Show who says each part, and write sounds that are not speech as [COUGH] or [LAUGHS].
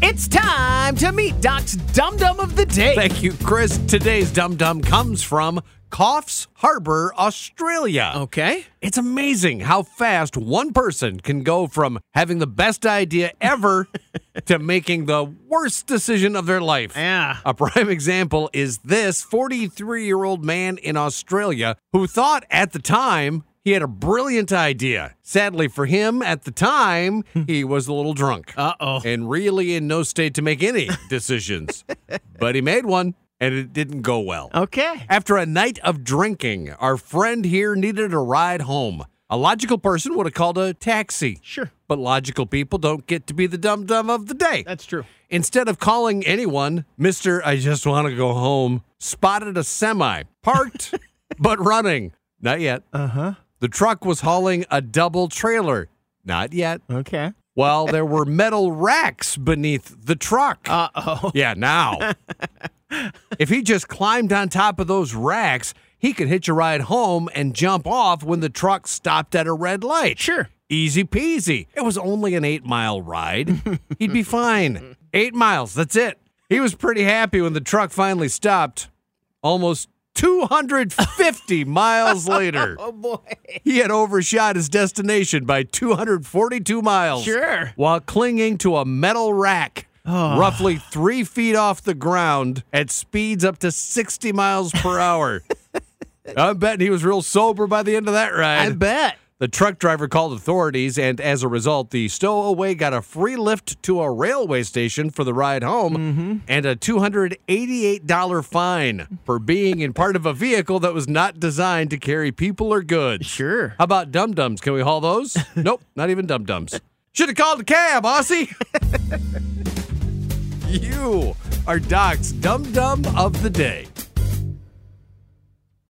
Speaker 1: It's time to meet Doc's Dum Dum of the Day.
Speaker 2: Thank you, Chris. Today's dum dum comes from Coffs Harbor, Australia.
Speaker 1: Okay.
Speaker 2: It's amazing how fast one person can go from having the best idea ever to making the worst decision of their life.
Speaker 1: Yeah.
Speaker 2: A prime example is this 43 year old man in Australia who thought at the time he had a brilliant idea. Sadly for him, at the time, he was a little drunk.
Speaker 1: Uh oh.
Speaker 2: [LAUGHS] and really in no state to make any
Speaker 1: [LAUGHS]
Speaker 2: decisions. but he made one, and it didn't go well.
Speaker 1: Okay.
Speaker 2: After a night of drinking, our friend here needed a ride home. A logical person would have called a taxi.
Speaker 1: Sure.
Speaker 2: But logical people don't get to be the dum dum of the day.
Speaker 1: That's true.
Speaker 2: Instead of calling anyone, Mr. I just want to go home spotted a semi
Speaker 1: [LAUGHS]
Speaker 2: parked but running. Not yet.
Speaker 1: Uh huh.
Speaker 2: The truck was hauling a double trailer. Not yet.
Speaker 1: Okay.
Speaker 2: While there were metal racks beneath the truck.
Speaker 1: Uh oh.
Speaker 2: Yeah, now. if he just climbed on top of those racks, he could hitch a ride home and jump off when the truck stopped at a red light.
Speaker 1: Sure.
Speaker 2: Easy peasy. It was only an eight mile ride. He'd be fine. Eight miles, that's it. He was pretty happy when the truck finally stopped. Almost 250 miles later,
Speaker 1: Oh boy.
Speaker 2: he had overshot his destination by 242 miles
Speaker 1: Sure.
Speaker 2: while clinging to a metal rack roughly three feet off the ground at speeds up to 60 miles per hour. I'm betting he was real sober by the end of that ride.
Speaker 1: I bet.
Speaker 2: the truck driver called authorities, and as a result, the stowaway got a free lift to a railway station for the ride home and a $288 fine for being in part of a vehicle that was not designed to carry people or goods.
Speaker 1: Sure.
Speaker 2: How about dum dums? Can we haul those? [LAUGHS] nope, not even dum dums. Should have called a cab, [LAUGHS] Aussie. you are Doc's dum dum of the day.